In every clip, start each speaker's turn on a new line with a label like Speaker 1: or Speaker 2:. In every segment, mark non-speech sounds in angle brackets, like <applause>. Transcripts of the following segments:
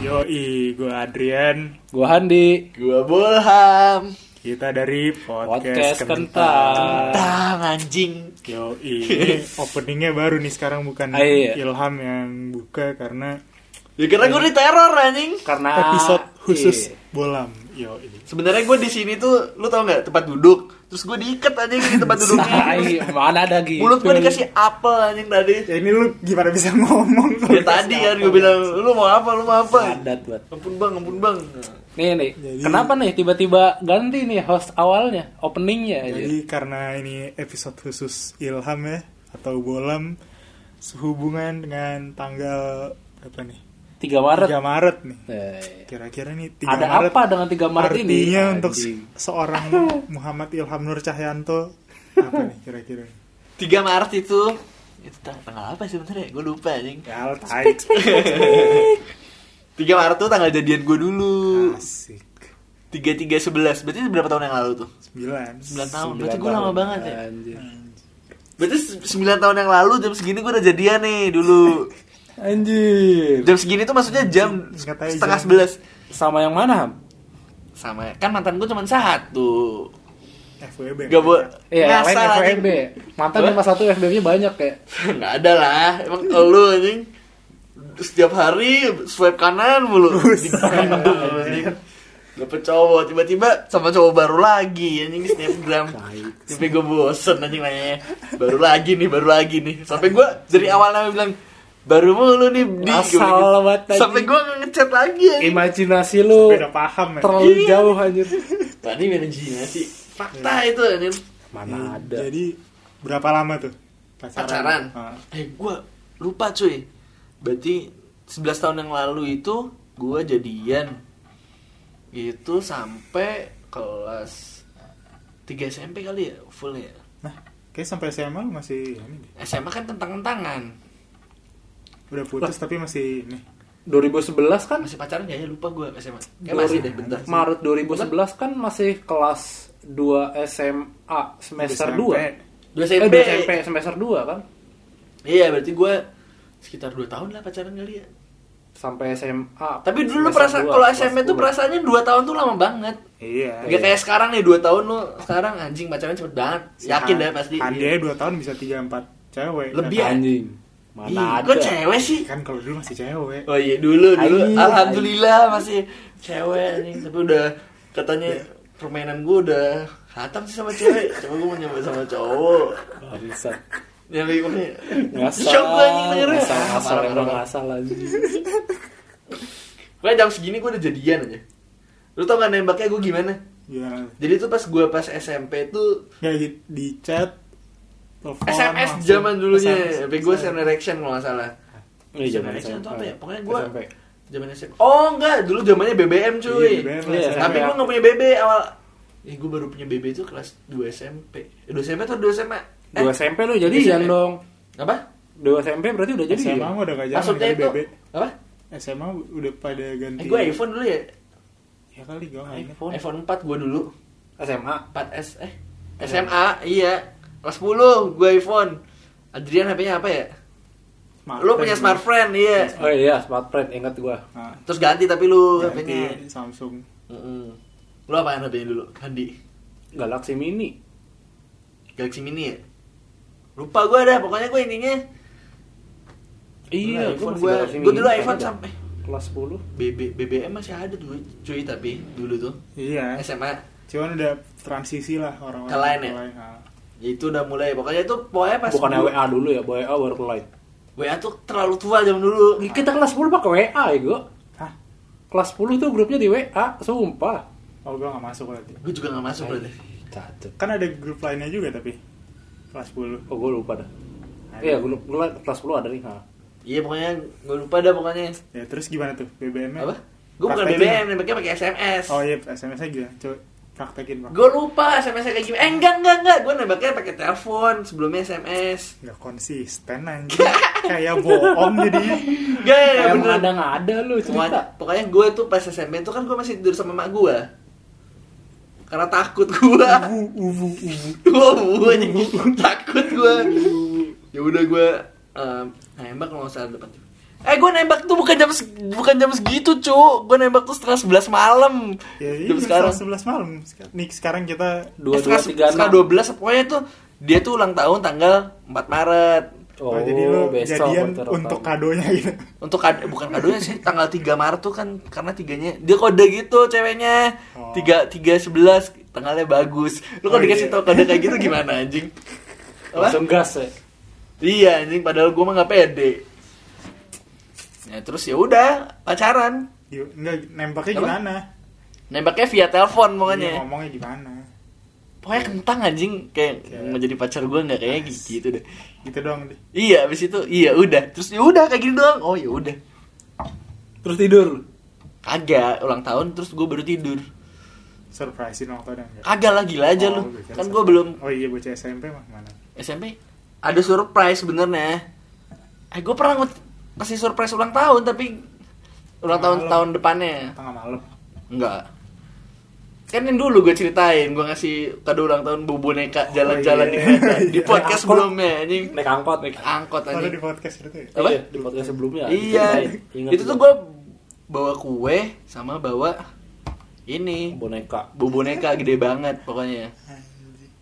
Speaker 1: Yoi, gue Adrian.
Speaker 2: Gua Handi.
Speaker 3: Gua Bolham.
Speaker 1: Kita dari
Speaker 2: Podcast
Speaker 1: podcast,
Speaker 2: Kentang.
Speaker 3: Tang anjing.
Speaker 1: Yoi, <laughs> ini openingnya baru nih sekarang bukan
Speaker 2: Ah, iya.
Speaker 1: Ilham yang buka karena
Speaker 3: Ya karena gue diteror anjing.
Speaker 2: Karena
Speaker 1: episode khusus
Speaker 2: Ah, Iya.
Speaker 1: bolam. Yoi.
Speaker 3: Sebenarnya gue di sini tuh, lu tau nggak tempat duduk. Terus gue diikat anjing di tempat
Speaker 2: Tai,
Speaker 3: duduknya.
Speaker 2: mana ada gitu.
Speaker 3: Mulut gue dikasih apel anjing tadi.
Speaker 1: Ya ini lu gimana bisa <laughs> ngomong? kalau
Speaker 3: Ya
Speaker 1: dikasih
Speaker 3: tadi kan
Speaker 1: apa?
Speaker 3: gue bilang, lu mau apa, lu mau apa?
Speaker 2: padat buat.
Speaker 3: Ampun bang, ampun bang.
Speaker 2: Nih nih,
Speaker 1: Jadi-
Speaker 2: kenapa nih tiba-tiba ganti nih host awalnya, openingnya aja.
Speaker 1: Jadi karena ini episode khusus Ilham ya atau bolam sehubungan dengan tanggal berapa nih?
Speaker 2: 3 Maret.
Speaker 1: 3 Maret nih.
Speaker 2: Eh,
Speaker 1: Kira-kira nih 3
Speaker 2: Ada
Speaker 1: Maret
Speaker 2: apa dengan 3 Maret
Speaker 1: Artinya
Speaker 2: ini?
Speaker 1: untuk
Speaker 2: Anjing.
Speaker 1: se-
Speaker 2: <laughs>
Speaker 1: seorang Muhammad Ilham Nur Cahyanto apa nih kira-kira?
Speaker 3: 3 Maret itu itu tang- tanggal apa sih sebenarnya? Gue lupa anjing.
Speaker 1: Ya lo tai.
Speaker 3: 3 Maret tuh tanggal jadian gue dulu.
Speaker 2: Nah.
Speaker 1: Asik.
Speaker 3: 3311. Berarti berapa tahun yang lalu tuh?
Speaker 1: 9.
Speaker 3: 9 tahun.
Speaker 2: Sembilan
Speaker 3: Nah, Berarti gue lama
Speaker 2: tahun.
Speaker 3: banget ya.
Speaker 2: Anjing.
Speaker 1: Hmm.
Speaker 3: Berarti se- 9 tahun yang lalu jam segini gue udah jadian nih dulu.
Speaker 2: Anjir.
Speaker 3: Jam segini tuh maksudnya jam
Speaker 1: Ingat aja
Speaker 3: setengah
Speaker 1: jam.
Speaker 3: sebelas.
Speaker 2: Sama yang mana, Ham?
Speaker 3: Sama kan mantan gue cuma satu.
Speaker 1: FWB.
Speaker 3: Gak boleh.
Speaker 2: Iya, yang lain
Speaker 3: Ngasal, anjing.
Speaker 2: FWB. Mantan
Speaker 3: Apa?
Speaker 2: sama satu FWB-nya banyak kayak.
Speaker 3: <laughs> Nggak ada lah. Emang lu anjing setiap hari swipe kanan mulu. Digandung, anjing. Dapet cowok tiba-tiba sama cowok baru lagi anjing di snapgram. Sampai gue bosen anjing nanya baru lagi nih baru lagi nih. Sampai gue dari awal namanya bilang baru mulu nih di
Speaker 2: Asal banget, anjing.
Speaker 3: gitu. Sampai gue ngechat lagi anjing.
Speaker 2: Imajinasi lu
Speaker 1: Beda paham ya.
Speaker 2: terlalu
Speaker 3: Iya.
Speaker 2: jauh <laughs> anjir.
Speaker 3: Tadi imajinasi fakta itu anjir.
Speaker 1: Ya,
Speaker 2: Nah. Mana ada.
Speaker 1: Jadi berapa lama tuh pacaran?
Speaker 3: pacaran.
Speaker 1: Ah.
Speaker 3: Eh gue lupa cuy. Berarti 11 tahun yang lalu itu gue jadian. Itu sampai kelas 3 SMP kali ya full ya.
Speaker 1: Nah, kayak sampai SMA lu masih ini deh.
Speaker 3: SMA kan kentang-kentangan.
Speaker 1: Udah putus tapi masih ini.
Speaker 2: 2011 kan
Speaker 3: Masih pacaran gak ya lupa gue SMA. Kayak
Speaker 2: Dua
Speaker 3: masih
Speaker 2: ribu-
Speaker 3: deh bentar.
Speaker 2: Maret 2011 kan masih kelas 2 SMA semester
Speaker 1: SMP.
Speaker 2: 2.
Speaker 3: 2
Speaker 2: Eh,
Speaker 3: SMP.
Speaker 2: 2 SMP semester 2 kan.
Speaker 3: Iya berarti gue sekitar 2 tahun lah pacaran kali ya.
Speaker 2: Sampai SMA.
Speaker 3: Tapi dulu
Speaker 2: semester dua,
Speaker 3: perasaan
Speaker 2: Iya.
Speaker 3: kalau
Speaker 2: kelas
Speaker 3: SMP tuh
Speaker 2: 10.
Speaker 3: perasaannya 2 tahun tuh lama banget.
Speaker 1: Iya.
Speaker 3: Gak kayak sekarang nih 2 tahun lo sekarang anjing pacaran cepet banget. Yakin deh pasti.
Speaker 1: Hande 2 Kan tahun bisa 3 4 cewek.
Speaker 3: Lebih
Speaker 1: kan?
Speaker 3: ya?
Speaker 2: anjing. Iya. Mana
Speaker 3: Ih,
Speaker 2: ada.
Speaker 3: kok cewek sih?
Speaker 2: ya?
Speaker 1: Kan kalau dulu masih cewek.
Speaker 3: Oh iya dulu dulu
Speaker 2: Anjing.
Speaker 3: alhamdulillah masih cewek anjing tapi udah katanya permainan gue udah hatam sih sama cewek. Coba gue mau nyoba sama cowok. <laughs>
Speaker 2: Bangsat.
Speaker 3: Nyampe gue
Speaker 2: Ngasal.
Speaker 3: ya. Shock gue anjing dengernya.
Speaker 2: Ngasal,
Speaker 3: Ah,
Speaker 2: ngasal,
Speaker 3: parah,
Speaker 2: emang
Speaker 3: parah.
Speaker 2: ngasal anjing.
Speaker 3: Pokoknya jam segini gue udah jadian aja. Lu tau gak nembaknya gue gimana?
Speaker 1: Gimana?
Speaker 3: Jadi tuh pas gue pas SMP tuh
Speaker 1: Ya di, di chat telepon,
Speaker 3: SMS
Speaker 1: langsung.
Speaker 3: eh, zaman ya, dulunya.
Speaker 1: SMS.
Speaker 3: Tapi gue Sound Direction kalau nggak salah.
Speaker 2: Ini zaman
Speaker 3: Generation
Speaker 2: SMP.
Speaker 3: atau apa ya? Pokoknya gua-
Speaker 2: SMP.
Speaker 3: Zaman SMP. Oh enggak, dulu zamannya BBM cuy.
Speaker 1: Iya, BBM,
Speaker 2: Iya,
Speaker 1: SMS.
Speaker 3: Tapi
Speaker 2: Iya.
Speaker 3: gue gak punya BB awal Eh gue baru punya BB itu kelas 2 SMP eh, 2 SMP atau 2 SMA? Eh,
Speaker 2: 2 SMP lu jadian
Speaker 3: SMP.
Speaker 2: dong.
Speaker 3: Apa?
Speaker 2: 2 SMP berarti udah jadi. ya?
Speaker 1: SMA mah udah gak zaman
Speaker 3: Maksudnya
Speaker 1: kali
Speaker 3: itu
Speaker 1: BB.
Speaker 3: Apa?
Speaker 1: SMA udah pada ganti.
Speaker 3: Eh gue iPhone dulu ya
Speaker 1: Ya kali gue iPhone.
Speaker 2: Iya. iPhone.
Speaker 3: iPhone 4 gue dulu
Speaker 2: SMA.
Speaker 3: 4S eh SMA iya Kelas 10 gue iPhone Adrian HP-nya apa ya? lu punya smartphone iya
Speaker 2: Oh iya, smartphone ingat gua.
Speaker 1: Nah,
Speaker 3: Terus ganti tapi lu HP-nya
Speaker 1: ganti Samsung.
Speaker 3: Mm-mm. Lu apaan HP-nya dulu? Handi
Speaker 2: Galaxy Mini.
Speaker 3: Galaxy Mini ya? Lupa gue dah pokoknya gue intinya
Speaker 2: Iya,
Speaker 3: iPhone
Speaker 2: masih
Speaker 3: gua-
Speaker 2: Galaxy
Speaker 3: gua
Speaker 2: Mini.
Speaker 3: dulu iPhone
Speaker 2: Ada.
Speaker 3: sampai-
Speaker 2: kelas 10.
Speaker 3: BB, BBM masih ada tuh cuy tapi dulu tuh
Speaker 1: Iya.
Speaker 3: SMA
Speaker 1: Cuman udah transisi lah orang-orang.
Speaker 3: Ke lain ya?
Speaker 1: Nah,
Speaker 3: itu udah mulai pokoknya itu pokoknya pas
Speaker 2: Bukan
Speaker 3: gua-
Speaker 2: WA dulu ya, WA baru ke line.
Speaker 3: WA tuh terlalu tua zaman dulu
Speaker 2: Kita kelas 10 pakai WA ya, gua.
Speaker 1: Hah?
Speaker 2: Kelas 10 tuh grupnya di WA, sumpah.
Speaker 1: Oh gue gak masuk berarti.
Speaker 3: gue juga nggak masuk berarti
Speaker 2: Cacet.
Speaker 1: Kan ada grup lainnya juga tapi. Kelas 10.
Speaker 2: Oh, gua lupa dah.
Speaker 1: Ada.
Speaker 2: Iya, gua, gua kelas 10 ada nih. Ha.
Speaker 3: iya pokoknya gue lupa dah pokoknya
Speaker 1: Ya terus gimana tuh BBM-nya?
Speaker 3: apa gue bukan
Speaker 1: Praktekin.
Speaker 3: BBM nembaknya pakai SMS
Speaker 1: Oh iya SMS-nya gila. Coba praktekin bang.
Speaker 3: gue lupa SMS kayak gimana eh enggak enggak enggak gue nembaknya pakai telepon sebelumnya SMS
Speaker 1: Gak konsisten
Speaker 3: <laughs>
Speaker 1: anjing. Kayak bohong jadi.
Speaker 3: enggak enggak
Speaker 2: Emang
Speaker 3: Iya, bener
Speaker 2: ada nggak ada lu cerita?
Speaker 3: pokoknya, pokoknya gue tuh pas SMP tuh kan gue masih tidur sama mak gue karena takut gue
Speaker 1: Ubu ubu ubu.
Speaker 3: gue takut gue ya udah gue nembak kalau eh, nggak salah dapat Eh gue nembak tuh bukan jam seg- bukan jam segitu cu Gue nembak tuh setengah 11 malam
Speaker 1: ya ini
Speaker 3: Jam sekarang
Speaker 1: sekarang 11 malam Sek- nih sekarang kita
Speaker 2: iya, dua
Speaker 3: Eh,
Speaker 2: dua
Speaker 3: setengah,
Speaker 2: tiga
Speaker 3: setengah 12 pokoknya tuh Dia tuh ulang tahun tanggal 4 Maret
Speaker 1: oh, jadi lo
Speaker 2: besok
Speaker 1: jadian
Speaker 2: berarti ulang
Speaker 1: untuk
Speaker 2: tahun.
Speaker 1: kadonya gitu <laughs>
Speaker 3: Untuk kado, bukan kadonya sih tanggal 3 Maret tuh kan karena tiganya dia kode gitu ceweknya.
Speaker 1: Oh.
Speaker 3: 3 3 11 tanggalnya bagus. Lu kalau
Speaker 1: Oh, iya.
Speaker 3: dikasih tau kode kayak gitu gimana
Speaker 1: <laughs>
Speaker 3: anjing? Apa?
Speaker 2: langsung gas ya
Speaker 3: Iya anjing padahal gua mah nggak pede. Nah, terus ya udah pacaran.
Speaker 1: Yuk, enggak nembaknya
Speaker 3: Apa?
Speaker 1: gimana
Speaker 3: Nembaknya via telepon
Speaker 1: Iya,
Speaker 3: pokoknya.
Speaker 1: ngomongnya gimana
Speaker 3: Pokoknya kentang anjing kayak
Speaker 1: Kayak-
Speaker 3: mau jadi pacar gua nggak kayak gitu deh.
Speaker 1: gitu doang deh
Speaker 3: Iya, abis itu iya udah. Terus ya udah kayak gini doang. Oh, ya udah.
Speaker 2: terus tidur
Speaker 3: Kagak ulang tahun terus gua baru tidur.
Speaker 1: surprisein waktu ada enggak
Speaker 3: Kagak lah gila aja
Speaker 1: Oh,
Speaker 3: lu.
Speaker 1: gue kira
Speaker 3: Kan
Speaker 1: sama.
Speaker 3: gua belum
Speaker 1: oh iya bocah SMP mah mana
Speaker 3: SMP ada surprise sebenarnya. Eh gue pernah ngut- ngasih surprise ulang tahun tapi ulang tahun
Speaker 1: Malam.
Speaker 3: tahun depannya
Speaker 1: tengah malam
Speaker 3: enggak. Kan yang dulu gue ceritain gue ngasih kado ulang tahun bu boneka jalan-jalan
Speaker 1: iya.
Speaker 3: di kereta Eh,
Speaker 2: <laughs>
Speaker 3: di
Speaker 2: Iya.
Speaker 3: podcast
Speaker 2: Angkot.
Speaker 3: sebelumnya anjing
Speaker 2: naik angkot naik
Speaker 3: angkot
Speaker 1: kalau di
Speaker 3: anjing.
Speaker 1: podcast itu ya
Speaker 3: Apa?
Speaker 2: Iya, di podcast sebelumnya
Speaker 3: Iya.
Speaker 2: diceritain. Ingat
Speaker 3: Itu tuh gue bawa kue sama bawa ini
Speaker 2: boneka
Speaker 3: bu boneka gede banget pokoknya.
Speaker 1: Anjing.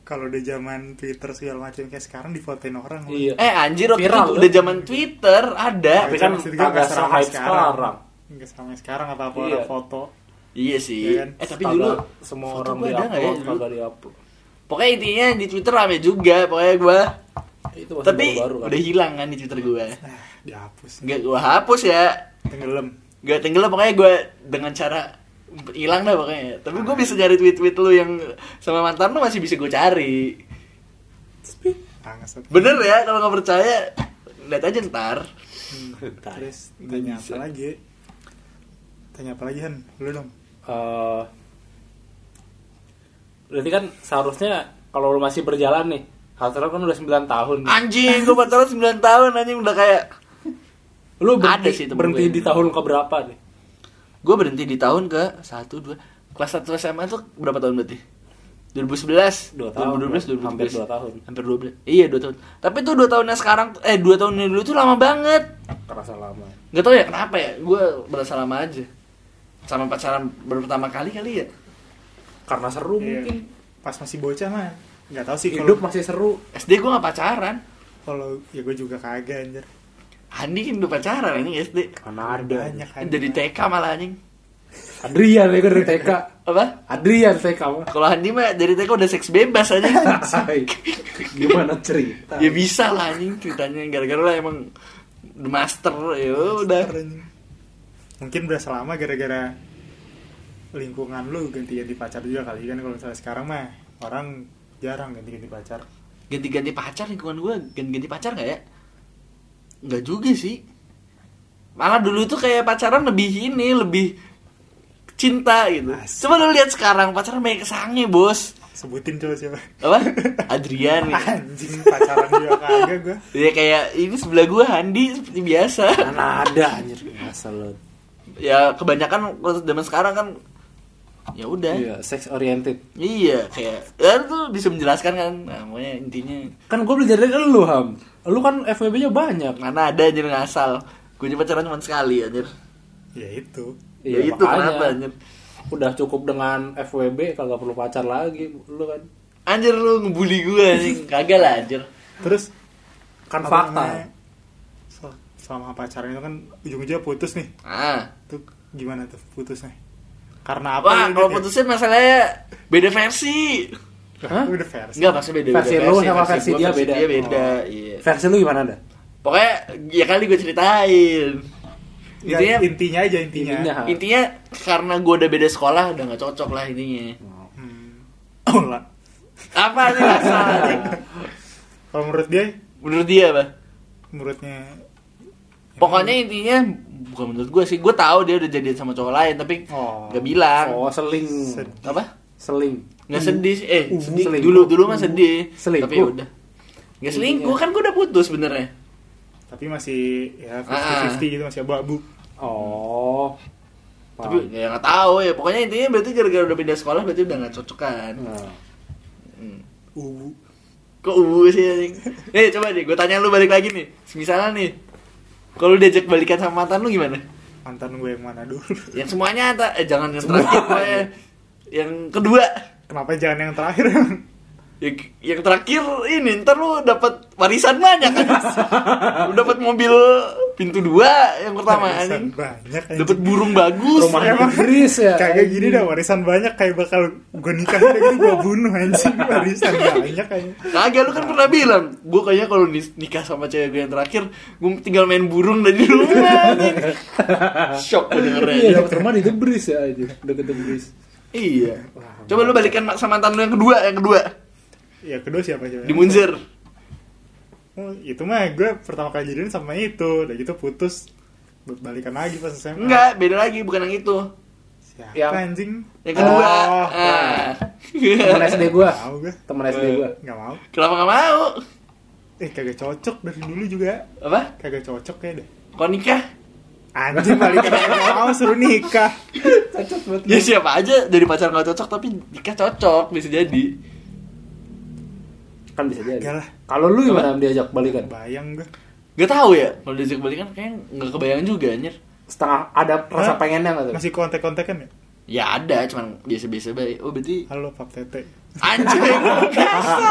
Speaker 1: kalau udah zaman Twitter segala macam kayak sekarang difotoin orang lu.
Speaker 2: iya
Speaker 3: Eh anjir waktu
Speaker 2: Viral,
Speaker 3: itu
Speaker 2: kan?
Speaker 3: udah zaman Twitter ada.
Speaker 2: tapi kan
Speaker 1: Maksud gue
Speaker 2: agak
Speaker 1: nggak seramai
Speaker 2: se-hype
Speaker 1: sekarang.
Speaker 2: sekarang
Speaker 1: Enggak sama sekarang apa apa
Speaker 2: Iya.
Speaker 1: orang foto.
Speaker 3: Iya sih.
Speaker 1: Iya kan?
Speaker 3: Eh tapi dulu
Speaker 2: Kagak semua
Speaker 3: foto
Speaker 2: orang
Speaker 3: gua ada nggak
Speaker 2: di-upload
Speaker 3: ya dulu?
Speaker 2: kagak di-upload
Speaker 3: Pokoknya intinya di Twitter rame juga pokoknya gua. Eh,
Speaker 2: itu masih
Speaker 3: Tapi
Speaker 2: baru-baru kan
Speaker 3: udah hilang kan di Twitter gua.
Speaker 1: Ah, dihapus.
Speaker 3: Gak gua hapus ya.
Speaker 1: Tenggelam.
Speaker 3: Gak tenggelam pokoknya gua dengan cara hilang dah pokoknya. Tapi gua bisa nyari tweet-tweet lu yang sama mantan lu masih bisa gua cari.
Speaker 1: Angsat.
Speaker 3: Bener ya kalau nggak percaya lihat aja ntar.
Speaker 1: Hmm.
Speaker 2: Bentar.
Speaker 1: Terus
Speaker 3: Nggak
Speaker 1: tanya
Speaker 3: bisa.
Speaker 1: apa lagi? Tanya apa lagi Han? Lu dong.
Speaker 2: Eh, berarti kan seharusnya kalau lu masih berjalan nih Hatera kan udah 9 tahun nih.
Speaker 3: Anjing, gua pacaran 9 tahun anjing udah kayak
Speaker 2: Lu
Speaker 3: Ada
Speaker 2: berhenti,
Speaker 3: sih temen
Speaker 2: berhenti
Speaker 3: gue.
Speaker 2: di tahun keberapa nih?
Speaker 3: Gue berhenti di tahun ke 1, 2 Kelas 1 SMA tuh berapa tahun berarti? 2011
Speaker 2: Dua tahun,
Speaker 3: 2012, 2013
Speaker 2: hampir dua tahun.
Speaker 3: Hampir 12 Iya 2 tahun Tapi tuh 2 tahunnya sekarang tuh- Eh 2 tahunnya dulu tuh lama banget
Speaker 2: Kerasa lama.
Speaker 3: Gak tau ya kenapa ya Gue berasa lama aja Sama pacaran baru pertama kali kali ya
Speaker 2: Karena seru
Speaker 1: Iya.
Speaker 2: mungkin.
Speaker 1: Pas masih bocah mah nggak tahu sih
Speaker 2: Hidup
Speaker 1: kalau
Speaker 2: masih seru.
Speaker 3: SD gue gak pacaran
Speaker 1: kalau ya gue juga kagak anjir.
Speaker 3: Andi kan udah pacaran anjing SD
Speaker 2: Mana ada.
Speaker 1: Banyak kan.
Speaker 3: Dari TK malah anjing
Speaker 2: Adrian ya dari TK.
Speaker 3: Apa?
Speaker 2: Adrian TK mah.
Speaker 3: Kalau Andi mah dari TK udah seks bebas
Speaker 2: <laughs>
Speaker 3: aja
Speaker 2: Hai. Gimana cerita?
Speaker 3: ya bisa lah anjing ceritanya gara-gara lah emang the master ya udah
Speaker 1: Mungkin udah selama gara-gara lingkungan lu ganti-ganti pacar juga kali kan kalau misalnya sekarang mah orang jarang ganti-ganti pacar.
Speaker 3: ganti-ganti pacar lingkungan gue ganti-ganti pacar nggak ya nggak juga sih malah dulu tuh kayak pacaran lebih ini lebih cinta gitu
Speaker 1: Asik.
Speaker 3: coba lu lihat sekarang pacaran banyak kesangi bos
Speaker 1: Sebutin coba siapa.
Speaker 3: apa Adrian ya.
Speaker 1: Anjing pacaran juga kagak gue.
Speaker 3: ya kayak ini sebelah gue Handi seperti biasa
Speaker 2: Mana ada anjir. Masa lu.
Speaker 3: ya kebanyakan kalau zaman sekarang kan ya udah
Speaker 2: Iya, sex oriented.
Speaker 3: Iya, kayak ya tuh bisa menjelaskan kan. Nah, pokoknya intinya
Speaker 2: Kan gue belajar dari lu, Ham. Lu kan FWB-nya banyak.
Speaker 3: mana ada anjir ngasal. Gue aja pacaran cuma sekali anjir.
Speaker 1: Ya itu.
Speaker 3: Ya itu kenapa anjir?
Speaker 2: Iya, Udah cukup dengan FWB kagak perlu pacar lagi lu kan.
Speaker 3: Anjir lu ngebully gue
Speaker 2: <laughs>
Speaker 3: anjing. Kagak lah anjir.
Speaker 1: Terus
Speaker 2: Kan
Speaker 1: apa
Speaker 2: fakta.
Speaker 1: namanya, sel- selama pacaran itu kan ujung-ujungnya putus nih.
Speaker 3: Ah.
Speaker 1: Tuh gimana tuh putusnya? Karena apa?
Speaker 3: Wah,
Speaker 1: lu
Speaker 2: gitu?
Speaker 3: kalau
Speaker 1: ingat ya?
Speaker 3: putusin masalahnya beda versi.
Speaker 1: Hah? Udah versi.
Speaker 3: Enggak, maksudnya beda
Speaker 2: Versi lu sama versi
Speaker 3: gua,
Speaker 2: dia beda.
Speaker 3: Dia beda,
Speaker 2: Oh.
Speaker 3: iya.
Speaker 2: Versi lu gimana dah?
Speaker 3: Pokoknya ya kali gue ceritain.
Speaker 1: Ya,
Speaker 3: Intinya
Speaker 1: intinya aja intinya.
Speaker 2: Intinya. ha.
Speaker 3: intinya karena gue udah beda sekolah udah gak cocok lah intinya.
Speaker 1: Hmm. <clears throat> Oh lah.
Speaker 3: Apa nih ngasal? anjing?
Speaker 1: Kalau menurut dia,
Speaker 3: Menurut dia, Bah?
Speaker 1: menurutnya
Speaker 3: Pokoknya intinya bukan menurut gue sih, gue tahu dia udah jadian sama cowok lain tapi
Speaker 1: Oh.
Speaker 3: nggak bilang.
Speaker 2: Oh, seling.
Speaker 1: Sedih.
Speaker 3: Apa?
Speaker 2: Seling.
Speaker 3: Nggak sedih, sih. eh
Speaker 2: Uh,
Speaker 3: sedih.
Speaker 2: selingkuh.
Speaker 3: Dulu dulu mah sedih,
Speaker 2: Selingkuh.
Speaker 3: tapi ya udah. Nggak selingkuh kan gue udah putus benernya.
Speaker 1: tapi masih ya 50-50 gitu masih abu-abu.
Speaker 2: Oh.
Speaker 3: Tapi ya nggak tahu ya. Pokoknya intinya berarti gara-gara udah pindah sekolah berarti udah nggak cocok kan.
Speaker 2: Nah.
Speaker 3: Hmm.
Speaker 1: Ubu.
Speaker 3: Kok ubu sih? anjing? Eh coba deh, gue tanya lu balik lagi nih. Misalnya nih, Kalau diajak balikan sama mantan lu gimana?
Speaker 1: mantan gue yang mana dulu <laughs>
Speaker 3: Yang semuanya tak eh, jangan yang terakhir pokoknya. Yang kedua.
Speaker 1: kenapa jangan yang terakhir
Speaker 3: Yang, yang terakhir ini ntar lu dapat warisan banyak kan.
Speaker 2: <laughs>
Speaker 3: lu dapat mobil pintu dua yang pertama
Speaker 1: Warisan
Speaker 3: anjing.
Speaker 1: banyak anjing.
Speaker 2: gitu.
Speaker 3: Dapat burung bagus.
Speaker 2: Rumah
Speaker 1: Emang-
Speaker 2: Inggris ya.
Speaker 1: kayak gini dah warisan banyak kayak bakal gue nikah gitu gue bunuh anjing <laughs> warisan banyak anjing
Speaker 3: Kagak lu kan pernah bilang, gue kayaknya kalau nis- nikah sama cewek gue yang terakhir, gue tinggal main burung dari
Speaker 2: <laughs>
Speaker 3: rumah. anjing." Shock gue
Speaker 2: Iya,
Speaker 3: dengernya.
Speaker 2: dapat rumah di Debris ya aja, deket Debris.
Speaker 3: Iya. Coba lu balikan sama mantan lu yang kedua, yang kedua
Speaker 1: ya kedua siapa coba
Speaker 3: di Munzer.
Speaker 1: Oh, itu mah gue pertama kali jadian sama itu udah gitu putus balikan lagi pas SMA
Speaker 3: Enggak, beda lagi, bukan yang itu.
Speaker 1: siapa
Speaker 2: Yang-
Speaker 1: anjing
Speaker 3: Yang kedua.
Speaker 1: Oh.
Speaker 3: Ah.
Speaker 2: Temen SD gua,
Speaker 1: mau gue
Speaker 2: temen SD gua.
Speaker 1: Oh, nggak mau
Speaker 3: Kenapa nggak mau?
Speaker 1: eh kagak cocok dari dulu juga
Speaker 3: Apa?
Speaker 1: kagak cocok ya deh
Speaker 3: Kok nikah?
Speaker 1: anjing balikan aja nggak mau suruh nikah
Speaker 2: Cocok buat
Speaker 3: Ya siapa aja dari pacar nggak cocok tapi nikah cocok bisa jadi.
Speaker 2: Kan bisa jadi.
Speaker 1: Enggak lah.
Speaker 2: Kalau lu gimana diajak balikan?
Speaker 1: bayang gue
Speaker 3: Gak tahu ya, kalau diajak balikan kayaknya nggak kebayang juga anjir.
Speaker 2: Setengah ada rasa
Speaker 1: Hah?
Speaker 2: pengennya nggak tuh?
Speaker 1: masih kontak-kontakan ya
Speaker 3: Ya ada, cuman biasa-biasa baik. Oh berarti
Speaker 1: halo pap tete
Speaker 3: anjing biasa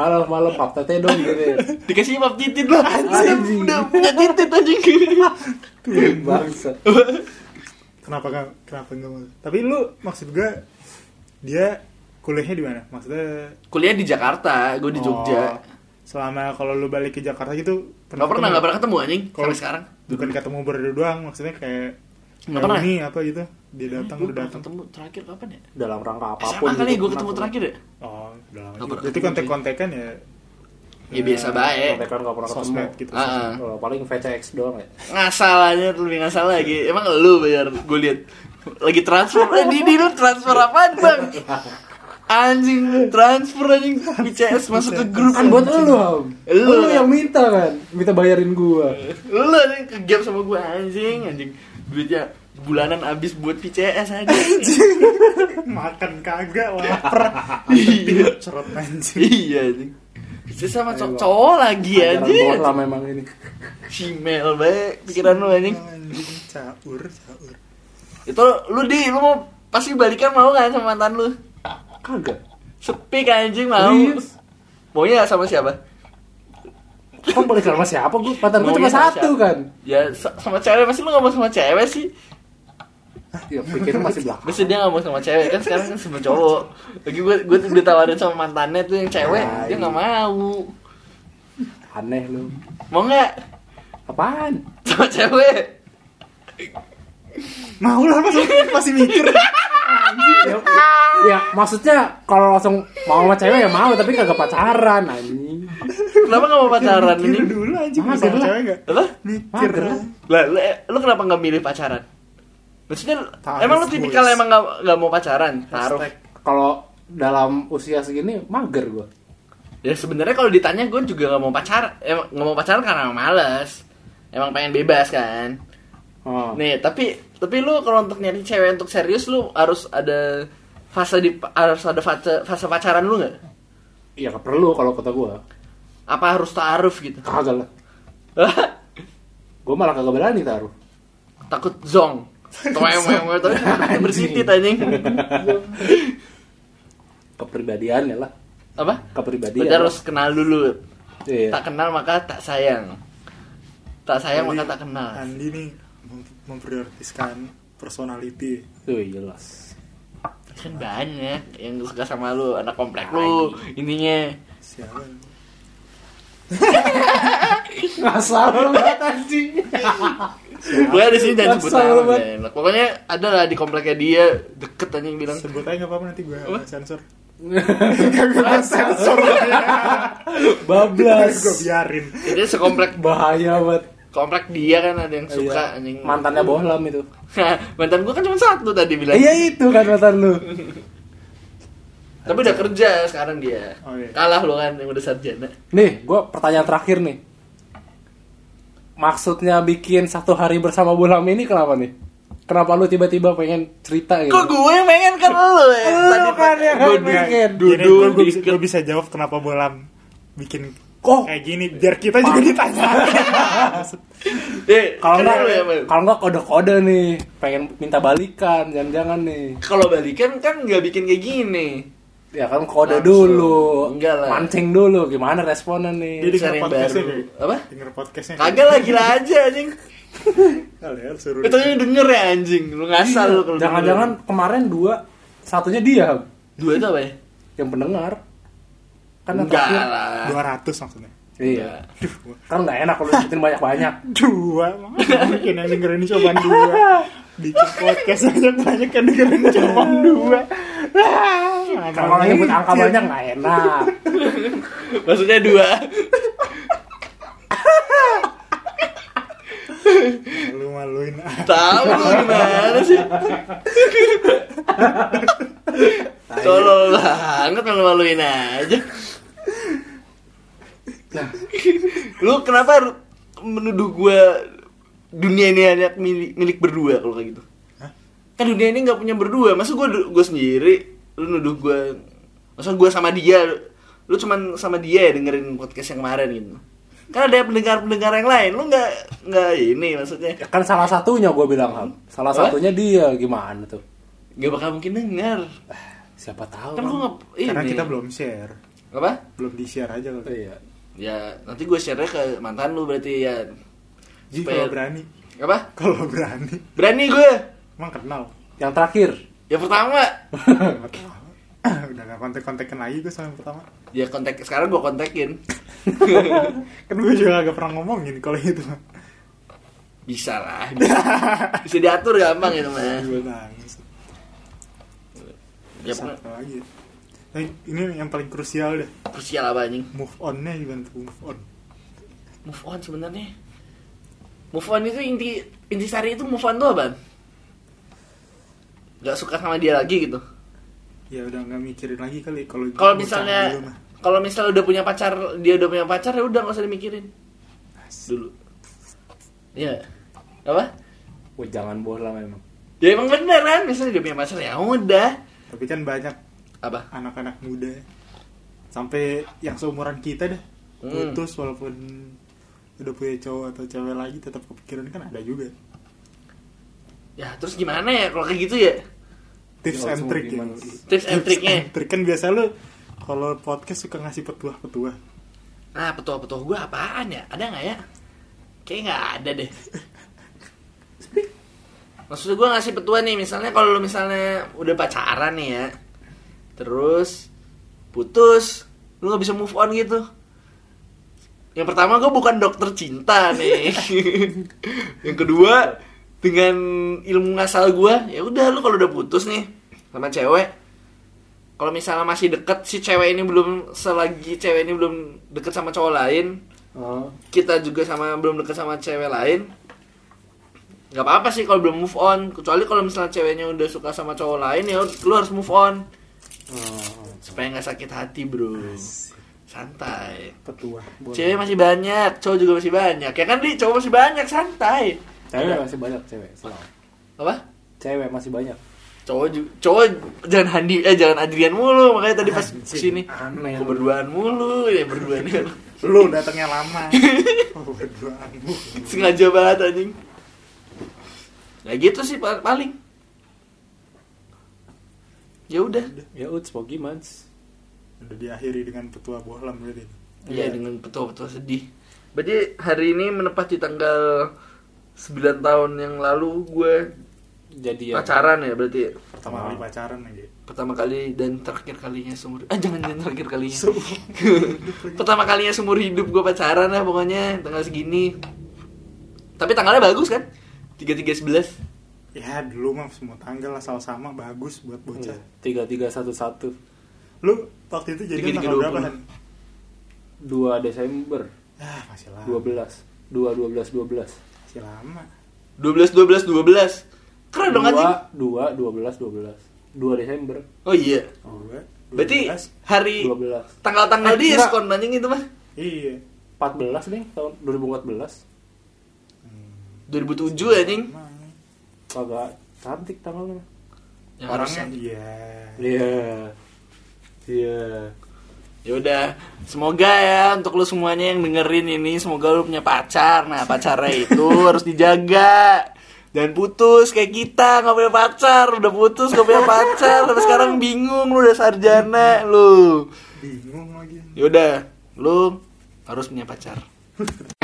Speaker 2: Halo malam pap tete dong gitu. ya.
Speaker 3: Dikasih pap titit lah
Speaker 2: Anjing.
Speaker 3: anjing. Udah punya titit anjing.
Speaker 2: Bangsa.
Speaker 1: kenapa nggak kenapa nggak mau tapi lu maksud gue dia kuliahnya di mana maksudnya
Speaker 3: Kuliah di Jakarta, gue di
Speaker 1: Oh,
Speaker 3: Jogja.
Speaker 1: selama kalau lu balik ke Jakarta gitu
Speaker 3: Gak pernah, gak pernah ketemu anjing
Speaker 1: Kalau-
Speaker 3: sampai sekarang.
Speaker 1: bukan ketemu berdua doang maksudnya kayak
Speaker 3: Nggak pernah.
Speaker 1: ini apa gitu dia datang
Speaker 3: Gua
Speaker 1: udah
Speaker 3: pernah
Speaker 1: datang
Speaker 3: ketemu terakhir kapan ya?
Speaker 2: Dalam rangka apapun.
Speaker 3: SMA kali
Speaker 2: gitu,
Speaker 3: gue
Speaker 2: pernah
Speaker 3: ketemu
Speaker 2: tuh.
Speaker 3: terakhir ya?
Speaker 1: oh udah lama
Speaker 3: Nggak
Speaker 1: juga
Speaker 3: pernah
Speaker 1: berarti
Speaker 3: ketemu,
Speaker 1: kontek-kontekan ya
Speaker 3: Ya biasa
Speaker 2: Ah,
Speaker 3: baik.
Speaker 2: Kontekan nggak pernah ketemu.
Speaker 1: sosmed gitu
Speaker 3: Ah, ah.
Speaker 2: Oh, paling VCX doang ya.
Speaker 3: Ngasal aja lebih ngasal lagi. Emang lu bayar gue lihat lagi transfer eh, Didi lu transfer apaan bang? Anjing transfer anjing ICS masuk ke grup
Speaker 2: <laughs> Kan buat lu, Ham.
Speaker 3: Lu.
Speaker 2: Lu yang minta kan, minta bayarin gua.
Speaker 3: Lu anjing ke gap sama gue anjing anjing duitnya bulanan abis buat ICS aja.
Speaker 1: Kan makan
Speaker 3: <laughs>
Speaker 1: kagak lapar
Speaker 3: Iya.
Speaker 1: cerot anjing
Speaker 3: iya anjing. Itu
Speaker 2: Ayo,
Speaker 3: sama cowok
Speaker 2: Bang.
Speaker 3: cowok lagi
Speaker 2: Ajaran bawah lah
Speaker 3: anjing.
Speaker 2: memang ini.
Speaker 3: Simel bae pikiran lu anjing.
Speaker 1: anjing caur caur
Speaker 3: Itu lu di lu mau pasti balikan mau kan sama mantan lu?
Speaker 2: Kagak.
Speaker 3: Sepi kan, anjing mau.
Speaker 2: Serius?
Speaker 3: Maunya sama siapa?
Speaker 2: Kok balik sama siapa gua? Pacar gua
Speaker 3: Maunya
Speaker 2: cuma
Speaker 3: sama
Speaker 2: satu
Speaker 3: siapa?
Speaker 2: kan.
Speaker 3: Ya sa- sama cewek pasti lu gak mau sama cewek sih.
Speaker 2: Ya pikirnya masih belakang.
Speaker 3: Mesti dia gak mau sama cewek kan sekarang kan sama cowok. Lagi gue gue udah tawarin sama mantannya tuh yang cewek,
Speaker 2: Nah, iya.
Speaker 3: dia gak mau.
Speaker 2: Aneh lu.
Speaker 3: Mau gak
Speaker 2: Apaan?
Speaker 3: sama cewek?
Speaker 1: mau lah masih masih mikir
Speaker 2: ya, ya, maksudnya kalau langsung mau sama cewek ya mau tapi kagak pacaran anjing
Speaker 3: Kenapa gak mau pacaran
Speaker 1: mikir
Speaker 3: ini?
Speaker 1: dulu anjing
Speaker 2: Mager
Speaker 1: sama
Speaker 2: lah.
Speaker 1: cewek nggak
Speaker 3: Apa?
Speaker 1: mikir
Speaker 2: Mager lah.
Speaker 3: Lah, lu, eh, lu kenapa gak milih pacaran? Maksudnya
Speaker 1: Taruh,
Speaker 3: emang lu tipikal
Speaker 1: boys.
Speaker 3: emang gak, gak mau pacaran? Taruh.
Speaker 1: Hashtag.
Speaker 2: kalau dalam usia segini mager gua
Speaker 3: Ya sebenarnya kalau ditanya gue juga gak mau pacar, emang gak mau pacaran karena males. Emang pengen bebas kan.
Speaker 2: oh.
Speaker 3: Nih, tapi tapi lu kalau untuk nyari cewek untuk serius lu harus ada fase di harus ada fase fase pacaran lu nggak?
Speaker 2: ya nggak perlu kalau kata gua
Speaker 3: Apa harus taaruf gitu? <laughs>
Speaker 2: kagak lah gua malah kagak berani taruh
Speaker 3: Takut
Speaker 2: <laughs>
Speaker 3: zong. Toeng toeng toeng tapi bersitit anjing.
Speaker 2: kepribadiannya lah
Speaker 3: Apa?
Speaker 2: kepribadian
Speaker 3: Berarti harus kenal dulu.
Speaker 2: Iya.
Speaker 3: Tak kenal maka tak sayang. Tak sayang
Speaker 1: Jadi,
Speaker 3: maka tak kenal.
Speaker 1: Andi nih mem- memprioritaskan personality
Speaker 2: tuh jelas
Speaker 3: Kan banyak yang suka sama lu, anak komplek lu, ininya.
Speaker 1: siapa
Speaker 2: ngasal lu banget anjing
Speaker 3: Pokoknya di sini jangan sebut
Speaker 2: Ngasal lu
Speaker 3: nama.
Speaker 2: banget.
Speaker 3: men. Pokoknya ada lah di kompleknya dia deket anjing bilang
Speaker 1: sebut aja nggak apa-apa nanti gue sensor
Speaker 2: Ngasal.
Speaker 1: sensor <laughs>
Speaker 2: bablas
Speaker 1: gue biarin
Speaker 3: Jadi sekomplek
Speaker 2: bahaya banget
Speaker 3: komplek dia kan ada yang suka
Speaker 2: Iya.
Speaker 3: anjing. <laughs>
Speaker 2: mantannya bohlam itu
Speaker 3: mantan gua kan cuma satu tadi bilang.
Speaker 2: iya itu kan mantan lu
Speaker 3: Tapi udah kerja sekarang dia.
Speaker 1: Oh, iya.
Speaker 3: Kalah lo kan yang udah sarjana.
Speaker 2: Nih, gue pertanyaan terakhir nih. Maksudnya bikin satu hari bersama Bulam ini kenapa nih? Kenapa lu tiba-tiba pengen cerita gitu?
Speaker 3: Kok gue pengen kan
Speaker 2: eh?
Speaker 3: lo ya?
Speaker 2: Lu kan yang
Speaker 3: gua
Speaker 2: pengen.
Speaker 3: duduk
Speaker 1: gue
Speaker 3: di
Speaker 1: bisa, gua bisa jawab kenapa bolam bikin
Speaker 2: kok
Speaker 1: kayak gini biar kita juga
Speaker 3: <laughs>
Speaker 1: ditanya
Speaker 3: Eh,
Speaker 2: kalau
Speaker 3: kan
Speaker 2: nggak
Speaker 3: lu ya, Bang.
Speaker 2: kalau nggak kode-kode nih pengen minta balikan jangan-jangan nih
Speaker 3: kalau balikan kan nggak bikin kayak gini.
Speaker 2: ya kan kode
Speaker 3: Langsung.
Speaker 2: dulu
Speaker 3: Enggak lah.
Speaker 2: mancing dulu gimana responnya
Speaker 1: dia
Speaker 2: nih
Speaker 1: denger
Speaker 3: Cari yang
Speaker 1: podcastnya
Speaker 3: baru.
Speaker 1: kayak
Speaker 3: Apa?
Speaker 1: denger podcastnya
Speaker 3: Kagak lah gila aja anjing.
Speaker 1: kalian suruh
Speaker 3: Itu yang denger ya anjing. Lu ngasal lu kalau.
Speaker 2: Iya,
Speaker 3: gitu.
Speaker 2: jangan-jangan kemarin dua satunya dia
Speaker 3: denger. dua itu apa ya?
Speaker 2: yang pendengar kan yang
Speaker 3: Enggak
Speaker 2: terakhir-
Speaker 3: lah.
Speaker 1: dua ratus maksudnya
Speaker 2: iya kan nggak enak kalau disebutin
Speaker 3: <laughs>
Speaker 2: banyak-banyak
Speaker 1: dua makanya bikin yang dengerin cobaan dua
Speaker 3: Iya.
Speaker 1: bikin podcast aja banyak yang dengerin cobaan dua Iya.
Speaker 2: kalau nyebut angka
Speaker 3: iya.
Speaker 2: banyak nggak enak
Speaker 3: Maksudnya dua.
Speaker 1: lu maluin ah.
Speaker 3: Tahu lu gimana
Speaker 1: <laughs>
Speaker 3: sih? Tolol banget malu-maluin aja.
Speaker 2: Nah,
Speaker 3: Lu kenapa har- menuduh gua dunia ini hanya milik, milik berdua kalau kayak gitu?
Speaker 1: Hah?
Speaker 3: Kan dunia ini nggak punya berdua. Masa gua gua sendiri lu nuduh gua masa gua sama dia lu cuman sama dia ya dengerin podcast yang kemarin gitu. Kan ada pendengar-pendengar yang lain, lu nggak nggak ini maksudnya
Speaker 2: Ya kan salah satunya gue bilang ham salah
Speaker 3: Apa?
Speaker 2: satunya dia gimana tuh
Speaker 3: nggak bakal mungkin denger
Speaker 2: siapa tahu
Speaker 3: kan
Speaker 2: Bang.
Speaker 3: gue nggak ini
Speaker 1: karena kita belum share
Speaker 3: apa
Speaker 1: belum di share aja kalau
Speaker 2: iya
Speaker 3: ya nanti gue share ke mantan lu berarti ya
Speaker 1: Ji
Speaker 3: Supaya-
Speaker 1: kalau berani
Speaker 3: apa
Speaker 1: kalau berani
Speaker 3: berani gue
Speaker 1: emang kenal
Speaker 2: yang terakhir
Speaker 3: ya pertama
Speaker 1: Nggak tahu. <laughs> udah gak kontek-kontekan lagi gue sama yang pertama
Speaker 3: ya kontak sekarang gue kontakin
Speaker 1: kan gue juga agak pernah ngomongin kalau itu mah.
Speaker 3: bisa
Speaker 1: <laughs>
Speaker 3: lah bisa, Bisa diatur gampang gitu mah
Speaker 1: gue nangis
Speaker 3: ya pokoknya
Speaker 1: Satu lagi Nah, ini yang paling krusial deh
Speaker 3: krusial apa anjing
Speaker 1: move onnya gimana tuh move on
Speaker 3: move on sebenarnya move on itu inti inti sari itu move on tuh apa nggak suka sama dia lagi gitu
Speaker 1: ya udah nggak mikirin lagi kali kalau bocah
Speaker 3: kalau misalnya
Speaker 1: dulu mah.
Speaker 3: kalau misalnya udah punya pacar dia udah punya pacar ya udah nggak usah dimikirin dulu ya apa
Speaker 2: Wah jangan bola memang.
Speaker 3: ya emang bener kan misalnya dia punya pacar ya udah
Speaker 1: tapi kan banyak
Speaker 3: apa
Speaker 1: anak-anak muda sampai yang seumuran kita deh
Speaker 3: Hmm.
Speaker 1: putus walaupun udah punya cowok atau cewek lagi tetap kepikiran kan ada juga
Speaker 3: ya terus gimana ya kalau kayak gitu ya
Speaker 1: tips and
Speaker 2: Ya, semua
Speaker 1: trick ya
Speaker 2: gimana sih?
Speaker 3: tips and triknya
Speaker 1: trick kan biasa lu kalau podcast suka ngasih petuah-petuah
Speaker 3: nah petua petua gue apaan ya ada nggak ya kayak nggak ada deh maksud gue ngasih petua nih misalnya kalau lu misalnya udah pacaran nih ya terus putus lu nggak bisa move on gitu yang pertama gue bukan dokter cinta nih yang kedua dengan ilmu ngasal gue ya udah lu kalau udah putus nih sama cewek kalau misalnya masih deket si cewek ini belum selagi cewek ini belum deket sama cowok lain Oh. kita juga sama belum deket sama cewek lain nggak apa-apa sih kalau belum move on kecuali kalau misalnya ceweknya udah suka sama cowok lain ya lu harus move on
Speaker 2: Oh,
Speaker 3: supaya nggak sakit hati bro santai
Speaker 2: petua.
Speaker 3: cewek masih banyak cowok juga masih banyak ya kan di cowok masih banyak santai
Speaker 2: Cewek masih banyak cewek. selalu.
Speaker 3: apa
Speaker 2: Cewek masih banyak.
Speaker 3: cowok ju- cowok jangan handi eh jangan Adrian mulu makanya tadi pas kesini
Speaker 2: Aneh.
Speaker 3: Gua berduaan mulu ya berduaan
Speaker 1: lu datangnya lama
Speaker 3: <laughs>
Speaker 1: oh, berduaan lu
Speaker 3: sengaja banget anjing ya gitu sih pa- paling ya udah
Speaker 2: Ya uts pogimans.
Speaker 1: udah diakhiri dengan petua bohlam berarti
Speaker 3: ya
Speaker 2: Iya.
Speaker 3: dengan betul-betul sedih berarti hari ini menepati tanggal 9 tahun yang lalu gue
Speaker 2: Jadi ya.
Speaker 3: pacaran ya berarti ya?
Speaker 1: pertama
Speaker 2: Wow.
Speaker 1: kali pacaran aja
Speaker 3: pertama kali dan terakhir kalinya seumur ah jangan jangan terakhir kalinya <laughs>
Speaker 1: So,
Speaker 3: pertama kalinya seumur hidup gue pacaran lah pokoknya tanggal segini tapi tanggalnya bagus kan tiga tiga sebelas
Speaker 1: ya dulu mah semua tanggal asal sama bagus buat bocah
Speaker 2: Iya. Tiga tiga satu satu
Speaker 1: lu waktu itu jadi
Speaker 3: Tiga-tiga
Speaker 1: tanggal
Speaker 3: dua
Speaker 1: berapa
Speaker 3: puluh.
Speaker 1: kan
Speaker 2: dua Desember
Speaker 1: ah masih lama
Speaker 2: dua belas dua dua belas dua belas
Speaker 1: masih lama
Speaker 3: dua belas dua belas dua belas keren dong anjing
Speaker 2: dua dua dua belas dua belas dua Desember
Speaker 3: oh iya
Speaker 1: dua dua
Speaker 3: berarti
Speaker 1: belas.
Speaker 3: hari
Speaker 2: dua belas
Speaker 3: tanggal-tanggal
Speaker 2: Eh,
Speaker 3: dia
Speaker 2: enggak.
Speaker 3: diskon anjing itu mah
Speaker 1: iya
Speaker 2: empat belas nih tahun dua ribu empat belas
Speaker 1: Hmm,
Speaker 3: 2007 anjing
Speaker 1: emang
Speaker 2: agak cantik tanggalnya
Speaker 3: yang
Speaker 1: Ya, orangnya
Speaker 3: harusnya
Speaker 1: iya
Speaker 2: iya iya
Speaker 3: ya udah semoga ya untuk lu semuanya yang dengerin ini semoga lu punya pacar nah pacarnya
Speaker 2: <laughs>
Speaker 3: itu harus dijaga dan putus kayak kita nggak punya pacar udah putus nggak punya pacar tapi sekarang bingung lu udah sarjana lu
Speaker 1: bingung lagi
Speaker 3: ya udah lu harus punya pacar